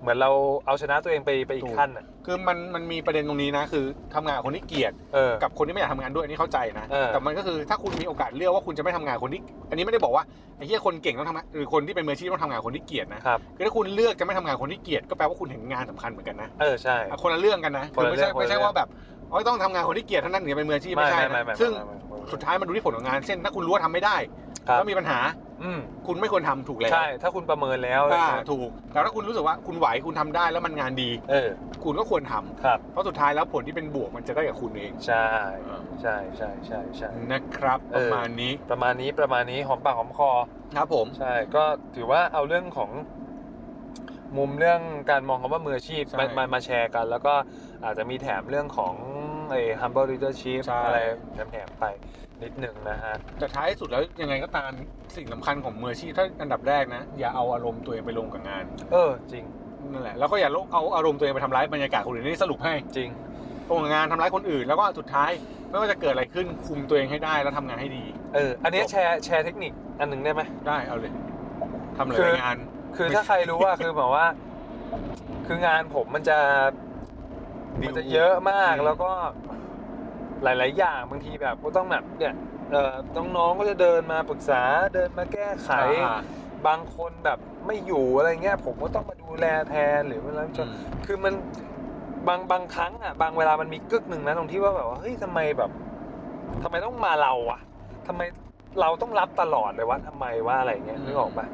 Speaker 2: เหมือนเราเอาชนะตัวเองไปไปอีกขั้นอ่ะ
Speaker 1: คือมันมันมีประเด็นตรงนี้นะ คือทำงานกับคนที่เกลียด
Speaker 2: เออ
Speaker 1: กับคนที่ไม่อยากทำงานด้วยอันนี้เข้าใจนะ
Speaker 2: เออ
Speaker 1: แต่มันก็คือถ้าคุณมีโอกาสเลือกว่าคุณจะไม่ทำงานกับคนที่อันนี้ไม่ได้บอกว่าไอ้เหี้ยคนเก่งต้องทำงานหรือคนที่เป็นมืออาชีพต้องทำงานกับคนที่เกลียดนะครับ คือถ้าคุณเลือกจะไม่ทำงานกับคนที่เกลียดก็แปลว่าคุณเห็นงานสำคัญเหมือนกันนะ
Speaker 2: เออใช่
Speaker 1: อ่ะคนละเรื่องกันนะ
Speaker 2: คน
Speaker 1: คือ
Speaker 2: ละ
Speaker 1: ไม่ใช่
Speaker 2: เรื่อง
Speaker 1: ไม่ใช่
Speaker 2: คนละ
Speaker 1: ว่าแบบอ๋อต้องทำงานกับคนที่เกลียดเท่านั้นถึงจะเป็นมืออาชีพไม่ใช่นะซึ่งสุดท้ายมันดูที่ผลของงานเช่นถ้าคุณรู้ว่าทำไม่ได้
Speaker 2: ครับ
Speaker 1: แล้วมีปัญหา
Speaker 2: อืม
Speaker 1: คุณไม่ควรทำถูกแล้ว
Speaker 2: ใช่ ถ้าคุณประเมินแล้ว
Speaker 1: อ่าถูกแต่ถ้าคุณรู้สึกว่าคุณไหวคุณทำได้แล้วมันงานดี
Speaker 2: เออ
Speaker 1: คุณก็ควรทำ
Speaker 2: ครับ
Speaker 1: เพราะสุดท้ายแล้วผลที่เป็นบวกมันจะได้กับคุณเอง
Speaker 2: ใช่ใช่ใช่ใช่ใช่
Speaker 1: นะครับ
Speaker 2: เอ
Speaker 1: ประ
Speaker 2: อ
Speaker 1: มาณนี้
Speaker 2: ประมาณนี้ประมาณนี้หอมปากหอมคอ
Speaker 1: ครับผม
Speaker 2: ใช่ ก็ถือว่าเอาเรื่องของ มุมเรื่องการมองคำว่ามืออาชีพ
Speaker 1: ใช่
Speaker 2: มามามาแชร์กัน แล้วก็อาจจะมีแถมเรื่องของไอ้ humble leadership
Speaker 1: ใช่
Speaker 2: อะไรแถมๆไปนิดหนึ่งนะฮะ
Speaker 1: แต่ท้ายสุดแล้วยังไงก็ตามสิ่งสำคัญของมืออาชีพถ้าอันดับแรกนะ อย่าเอาอารมณ์ตัวเองไปลงกับงาน
Speaker 2: เออ จริง
Speaker 1: นั่นแหละแล้วก็อย่าเอาอารมณ์ตัวเองไปทำร้ายบรรยากาศคนอื่นนี่สรุปให้
Speaker 2: จริง
Speaker 1: ตรงกับงานทำร้ายคนอื่น แล้วก็สุดท้ายไม่ว่าจะเกิดอะไรขึ้นคุมตัวเองให้ได้แล้วทำงานให้ดี
Speaker 2: เออ อันเนี้ยแชร์แชร์เทคนิคอันหนึ่งได้ไหม
Speaker 1: ได้เอาเลยทำเล
Speaker 2: คือ
Speaker 1: ยงาน
Speaker 2: คือถ้าใครรู้ว่า คือแบบว่า คืองานผมมันจะ
Speaker 1: ดิว
Speaker 2: มันจะเยอะมาก
Speaker 1: อืม
Speaker 2: แล้วก็หลาย ๆ อย่างบางทีแบบก็ต้องแบบเนี่ยเอ่อน้องๆก็จะเดินมาปรึกษาเดินมาแก้ไข
Speaker 1: อ่า
Speaker 2: บางคนแบบไม่อยู่อะไรเงี้ยผมก็ต้องมาดูแลแทนหรือว่าแล้วจะ
Speaker 1: อืม
Speaker 2: คือมันบางบางครั้งอ่ะบางเวลามันมีกึกหนึ่งนะตรงที่ว่าแบบว่าเฮ้ยทำไมแบบทำไมต้องมาเราอะทำไมเราต้องรับตลอดเลยวะทำไมว่าอะไรเงี้ยนึกออกปะ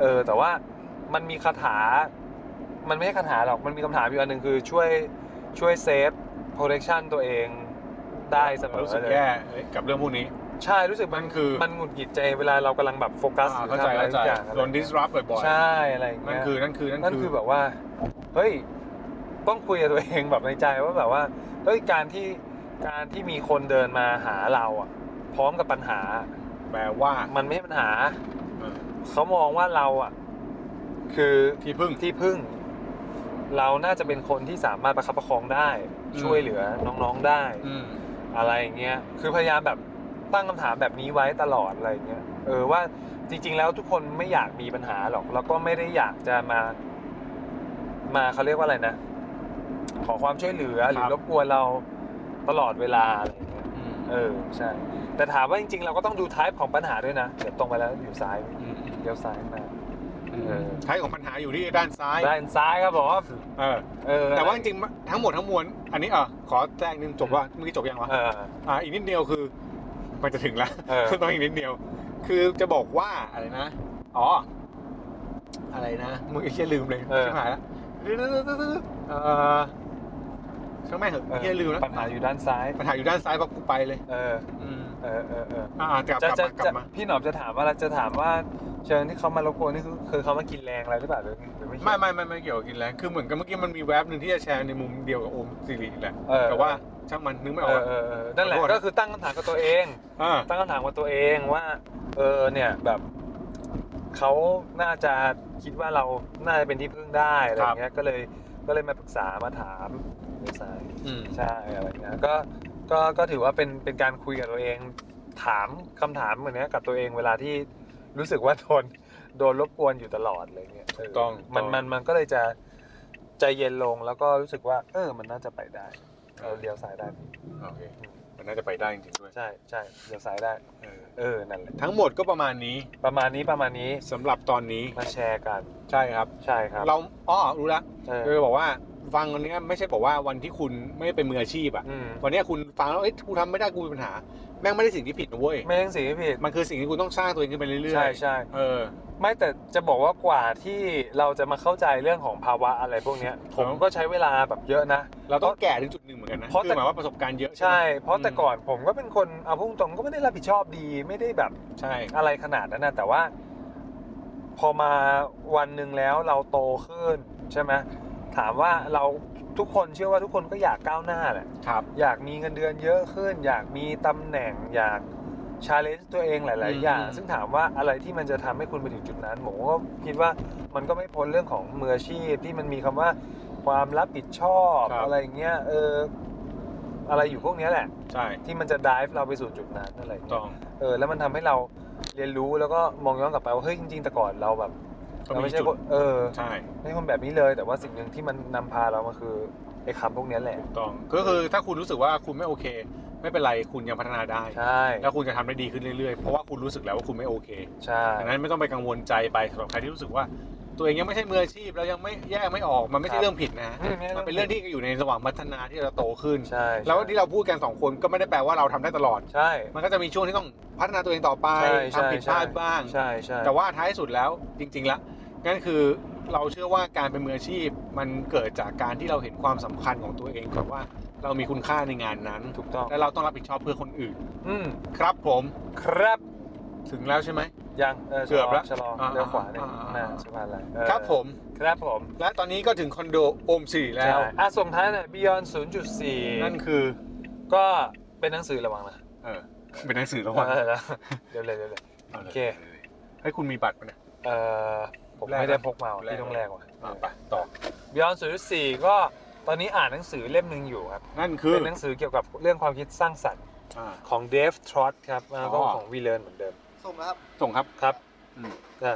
Speaker 2: เออ แต่ว่ามันมีคาถา มันไม่ใช่คาถาหรอกมันมีคำถามอยู่อันหนึ่งคือช่วยช่วยเซฟ protection ตัวเองได้เสมอ
Speaker 1: รู้สึก
Speaker 2: เลย
Speaker 1: แย่เอ้ยกับเรื่องพวกนี้
Speaker 2: ใช่รู้สึก
Speaker 1: มันคือ
Speaker 2: มันหงุดหงิดใจเวลาเรากำลังแบบโฟกัส
Speaker 1: อ่า
Speaker 2: หรือ
Speaker 1: เข้าใจ
Speaker 2: ทำอะไร
Speaker 1: เข้าใจ
Speaker 2: ทุกอย่างอะไร
Speaker 1: โดน disrupt บ่อยๆ
Speaker 2: ใช่อะไรอย่าง
Speaker 1: นั่
Speaker 2: เงี้
Speaker 1: น
Speaker 2: ย
Speaker 1: คือนั่นคือนั่
Speaker 2: นั่นคือแบบว่า เฮ้ยต้องคุยกับตัวเองแบบในใจว่าแบบว่าเฮ้ยการที่การที่มีคนเดินมาหาเราอ่ะ พร้อมกับปัญหา
Speaker 1: แปลว่า
Speaker 2: มันไม่ใช่ปัญหา
Speaker 1: เออ
Speaker 2: เขามองว่าเราอ่ะ คือ
Speaker 1: ที่พึ่ง
Speaker 2: ที่พึ่ง เราน่าจะเป็นคนที่สามารถประคับประคองได้
Speaker 1: อืม
Speaker 2: ช่วยเหลือน้องๆได้
Speaker 1: อืม
Speaker 2: อะไรอย่างเงี้ย คือพยายามแบบตั้งคำถามแบบนี้ไว้ตลอดอะไรอย่างเงี้ย เออว่าจริง ๆ แล้วทุกคนไม่อยากมีปัญหาหรอก แล้วก็ไม่ได้อยากจะมา มาเขาเรียกว่าอะไรนะ ขอความช่วยเหลือหรือรบกวนเราตลอดเวลาอะไรอย่างเงี้ย เออใช่ แต่ถามว่าจริง ๆ เราก็ต้องดูไทป์ของปัญหาด้วยนะ เดี๋ยวตรงไปแล้วอยู่ซ้ายเลี้ยวซ้ายมา เออ
Speaker 1: ท้ายของปัญหาอยู่ที่ด้านซ้าย
Speaker 2: ด้านซ้ายครับผม
Speaker 1: เออ
Speaker 2: เออ
Speaker 1: แต่ว่าจริงๆทั้งหมดทั้งมวลอันนี้เออขอแจ้งนึงจบว่าเมื่อกี้จบยังวะ
Speaker 2: เออ
Speaker 1: อ่าอีกนิดเดียวคือ มันจะถึงแล้ว
Speaker 2: เออ
Speaker 1: ต้องอีกนิดเดียว คือจะบอกว่าอะไรนะ อ๋อ อะไรนะมึงไอ้เชี่ยลืมเลย
Speaker 2: เออ
Speaker 1: ชิบหายแล้วเออช่างแม่งเหอะไอ้เชี่ยลืมแล้ว
Speaker 2: ปัญหาอยู่ด้านซ้าย
Speaker 1: ปัญหาอยู่ด้านซ้ายปะกูไปเลย
Speaker 2: เออ
Speaker 1: อืม
Speaker 2: เออเออเออ
Speaker 1: อ่ากลับ
Speaker 2: จะ
Speaker 1: กลับมากลั
Speaker 2: จะจะ
Speaker 1: บมา
Speaker 2: พี่หนอมจะถามว่าจะถามว่าเชิงที่เขามารบกวนนี่คือคือเขามากินแรงอะไรหรือเปล่าหรือหรือไม่เกี่ยว
Speaker 1: ไม่ไม่ไม่ไม่เกี่ยวกับกินแรงคือเหมือนกับเมื่อกี้มันมีแว็บหนึ่งที่จะแชร์ในมุมเดียวกับโอมสิริแหละ
Speaker 2: เออ
Speaker 1: แต่ว่าช่างมันนึกไม่อ
Speaker 2: เอ
Speaker 1: อก
Speaker 2: อเอ
Speaker 1: อะ
Speaker 2: อเออนั่นแหละ
Speaker 1: ขอโทษนะ
Speaker 2: ก็คือตั้งคำถามกับตัวเอง
Speaker 1: อ่า
Speaker 2: ตั้งคำถามกับตัวเองว่าเออเนี่ยแบบเขาน่าจะคิดว่าเราน่าจะเป็นที่พึ่งได้อะไรอย่างเงี้ยก็เลยก็เลยมาปรึกษามาถาม เว็บไซต์
Speaker 1: อืม
Speaker 2: ใช่อะไรเงี้ยก็ก็ก็ถือว่าเป็นเป็นการคุยกับตัวเอง ถามคำถามเหมือนเนี้ยกับตัวเองเวลาที่รู้สึกว่าโดนโดนรบกวนอยู่ตลอดอะไรเงี้ยเ
Speaker 1: ถูกต้อง
Speaker 2: มัน
Speaker 1: ต้อง
Speaker 2: มันมันก็เลยจะใจเย็นลงแล้วก็รู้สึกว่า เออ มันน่าจะไปได้เราเลี้ยวซ้ายได้
Speaker 1: โอเคมันน่าจะไปได้จริงๆด้วย
Speaker 2: ใช่ใช่เลี้ยวซ้ายได้
Speaker 1: เออ
Speaker 2: เออนั่นแหละ
Speaker 1: ทั้งหมดก็ประมาณนี้
Speaker 2: ประมาณนี้ประมาณนี้
Speaker 1: สำหรับตอนนี้
Speaker 2: มาแชร์กัน
Speaker 1: ใช่ครับ
Speaker 2: ใช่ครับ
Speaker 1: เราอ้อรู้ละ
Speaker 2: เอ
Speaker 1: เอ
Speaker 2: อ
Speaker 1: อบอกว่าฟังวันเนี้ยไม่ใช่บอกว่าวันที่คุณไม่เป็นมืออาชีพอะ
Speaker 2: อืม
Speaker 1: วันเนี้ยคุณฟังแล้วเอ้ยกูทำไม่ได้กูมีปัญหา แม่งไม่ได้สิ่งที่ผิดนะเว้ย
Speaker 2: ไม่ต้องสีผิด
Speaker 1: มันคือสิ่งที่คุณต้องสร้างตัวเองขึ้นไปเรื่อยๆ
Speaker 2: ใช่ใช่
Speaker 1: เออ
Speaker 2: ไม่แต่จะบอกว่ากว่าที่เราจะมาเข้าใจเรื่องของภาวะอะไรพวกเนี้ยผมก็ใช้เวลาแบบเยอะนะ
Speaker 1: เราต้องแก่ถึงจุดหนึ่งเหมือนกันนะ
Speaker 2: เพราะ
Speaker 1: คื
Speaker 2: แต่
Speaker 1: อหมายว่าประสบการณ์เยอะ
Speaker 2: ใช่ เพราะแต่
Speaker 1: อืม
Speaker 2: ก่อนผมก็เป็นคนเอาพุ่งตรงก็ไม่ได้รับผิดชอบดีไม่ได้แบบ
Speaker 1: ใช่
Speaker 2: อะไรขนาดนั้นนะแต่ว่า พอมาวันหนึ่งแล้วเราโตขึ้นใช่ไหมถามว่าเราทุกคนเชื่อว่าทุกคนก็อยากก้าวหน้าแหละ
Speaker 1: ครับ
Speaker 2: อยากมีเงินเดือนเยอะขึ้น อยากมีตำแหน่ง อยากชาเลนจ์ตัวเองหลาย
Speaker 1: อืม
Speaker 2: ๆ อย่าง
Speaker 1: อืม
Speaker 2: ซึ่งถามว่าอะไรที่มันจะทำให้คุณไปถึงจุดนั้นผมก็คิดว่ามันก็ไม่พ้นเรื่องของมืออาชีพที่มันมีคำว่าความรับผิดชอบอะไรอย่างเงี้ยเอออะไรอยู่พวกเนี้ยแหละ
Speaker 1: ใช่
Speaker 2: ที่มันจะ drive เราไปสู่จุดนั้นอะไรอย่างเงี้ย
Speaker 1: ต้อง
Speaker 2: เออแล้วมันทำให้เราเรียนรู้แล้วก็มองย้อนกลับไปว่าเฮ้ยจริง ๆ แต่ก่อนเราแบบ
Speaker 1: ก็
Speaker 2: เรา
Speaker 1: มี
Speaker 2: ไม่ใช่
Speaker 1: จุด
Speaker 2: คนเออ
Speaker 1: ใช่
Speaker 2: ไม่ใช่คนแบบนี้เลย แต่ว่าสิ่งหนึ่งที่มันนำพาเรามาคือไอ้คำพวกเนี้ยแหละ
Speaker 1: ต้องก็คือถ้าคุณรู้สึกว่าคุณไม่โอเค ไม่เป็นไรคุณยังพัฒนาได้
Speaker 2: ใช่
Speaker 1: แล้วคุณจะทำได้ดีขึ้นเรื่อยๆเพราะว่าคุณรู้สึกแล้วว่าคุณไม่โอเค
Speaker 2: ใช่
Speaker 1: ดังนั้นไม่ต้องไปกังวลใจไปสำหรับใครที่รู้สึกว่า ตัวเองยังไม่ใช่มืออาชีพแล้วยังไม่แยกไม่ออกมันไม่ใช่
Speaker 2: ครับ
Speaker 1: เรื่องผิดนะ
Speaker 2: อืมไม่ใช่เรื่อง
Speaker 1: มันเป็นเรื่องที่อยู่ในระหว่างพัฒนาที่เราโตขึ้น
Speaker 2: ใช่
Speaker 1: แล้วที่เราพูดกันสองคนก็ไม่ได้แปลว่าเราทำได้ตลอด
Speaker 2: ใช่
Speaker 1: มันก็จะมีช่วงที่ต้องพัฒนาตัวเองต่อไป
Speaker 2: ใช่
Speaker 1: ทำผิดพลาดบ้าง
Speaker 2: ใช่ใช่
Speaker 1: แต่ว่าท้ายสุดแล้วจริงๆแล้วนั่นคือเราเชื่อว่าการเป็นมืออาชีพ มันเกิดจากการที่เราเห็นความสำคัญของตัวเองก่อนว่า เรามีคุณค่าในงานนั้น
Speaker 2: ถูกต้อง
Speaker 1: และเราต้องรับผิดชอบเพื่อคนอื่น
Speaker 2: อืม
Speaker 1: ครับผม
Speaker 2: ครับ
Speaker 1: ถึงแล้วใช่ไหม
Speaker 2: ยังเออชะ
Speaker 1: เกือบละ
Speaker 2: ชะลอ
Speaker 1: อ่า
Speaker 2: เลี้ยวขวาเนี่ย
Speaker 1: อ่าอ่า
Speaker 2: หน้าสะพานอะไรเออ
Speaker 1: ครับผม
Speaker 2: ครับผม
Speaker 1: และตอนนี้ก็ถึงคอนโดโอมสิริแล้
Speaker 2: ใช่
Speaker 1: ว
Speaker 2: อ่ะส่งท้ายหน่อย Beyond 0.4
Speaker 1: นั่นคือ
Speaker 2: ก็เป็นหนังสือระวังนะ
Speaker 1: เออเป็นหนังสือระหว่าง
Speaker 2: เออ แล้วเดี๋ยวเลยเดี๋ยวเลย
Speaker 1: าลย
Speaker 2: โอเค
Speaker 1: ให้คุณมีบัตรปะเนี่ย
Speaker 2: เออผม
Speaker 1: แลก
Speaker 2: ไม่ได้
Speaker 1: นะ
Speaker 2: พกมาว่ะ
Speaker 1: แลก
Speaker 2: ที่ต้องแลกว่ะ
Speaker 1: อ่าไปต่อ
Speaker 2: Beyond 0.4 ก็ตอนนี้อ่านหนังสือเล่มหนึ่งอยู่ครับ
Speaker 1: นั่นคือ
Speaker 2: เป็นหนังสือเกี่ยวกับเรื่องความคิดสร้างสรรค์
Speaker 1: อ่า
Speaker 2: ของเดฟทรอตครับแล้วก็
Speaker 1: อ๋อ
Speaker 2: ของวีเลนเหมือนเดิม
Speaker 3: สุ่มนะครับ
Speaker 1: ส่งครับ
Speaker 2: ครับ
Speaker 1: อืม
Speaker 2: อ่ า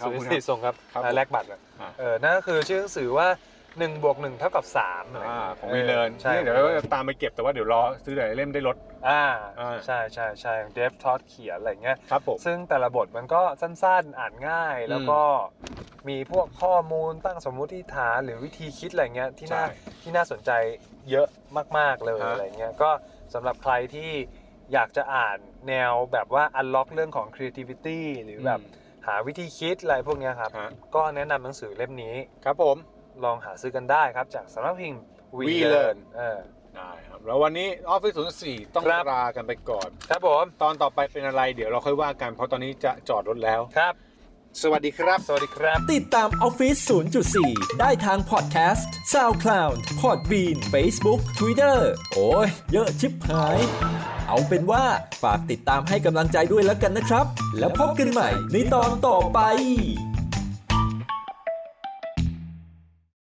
Speaker 1: ครับ
Speaker 2: ศูนย์สี่ส่งครับ
Speaker 1: ครับ
Speaker 2: อ่าแลกบัตรก่อน
Speaker 1: อ่า
Speaker 2: เออนั่นก็คือชื่อหนังสือว่า1บวก1เท่ากับ3
Speaker 1: อ่าของวีเลน
Speaker 2: ใช่
Speaker 1: นี่เดี๋ยวเราตามไปเก็บแต่ว่าเดี๋ยวรอซื้อหลายเล่มได้ลด
Speaker 2: อ่า
Speaker 1: อ่า
Speaker 2: ใช่ใช่ใช่ของเดฟทอดเขียนอะไรเงี้ย
Speaker 1: ครับผม
Speaker 2: ซึ่งแต่ละบทมันก็สั้นๆ อ่านง่าย แล้วก็มีพวกข้อมูลตั้งสมมุติฐานหรือวิธีคิดอะไรเงี้ยที่น่า
Speaker 1: ใช่
Speaker 2: ที่น่าสนใจเยอะมากๆเลย
Speaker 1: ฮะ
Speaker 2: อะไรเงี้ยก็สำหรับใครที่อยากจะอ่านแนวแบบว่า unlock เรื่องของ creativity หรือแบบหาวิธีคิดอะไรพวกเนี้ยครับ
Speaker 1: ฮะ
Speaker 2: ก็แนะนำหนังสือเล่มนี้
Speaker 1: ครับผม
Speaker 2: ลองหาซื้อกันได้ครับ จากสำนักพิมพ์ We
Speaker 1: We
Speaker 2: Learn
Speaker 1: Learn
Speaker 2: เออ
Speaker 1: ได้ครับ แล้ววันนี้ออฟฟิศศูนย์สี่ต้อง
Speaker 2: ครับ
Speaker 1: ลากันไปก่อน
Speaker 2: ครับผม
Speaker 1: ตอนต่อไปเป็นอะไรเดี๋ยวเราค่อยว่ากัน เพราะตอนนี้จะจอดรถแล้ว
Speaker 2: ครับ
Speaker 1: สวัสดีครับ
Speaker 2: สวัสดีครับ
Speaker 4: ติดตามออฟฟิศ0.4 ได้ทางพอดแคสต์ SoundCloud Podbean Facebook Twitter โอ้ย เยอะชิบหาย เอาเป็นว่าฝากติดตามให้กำลังใจด้วยแล้วกันนะครับ แล้วพบกันใหม่ในตอนต่อไป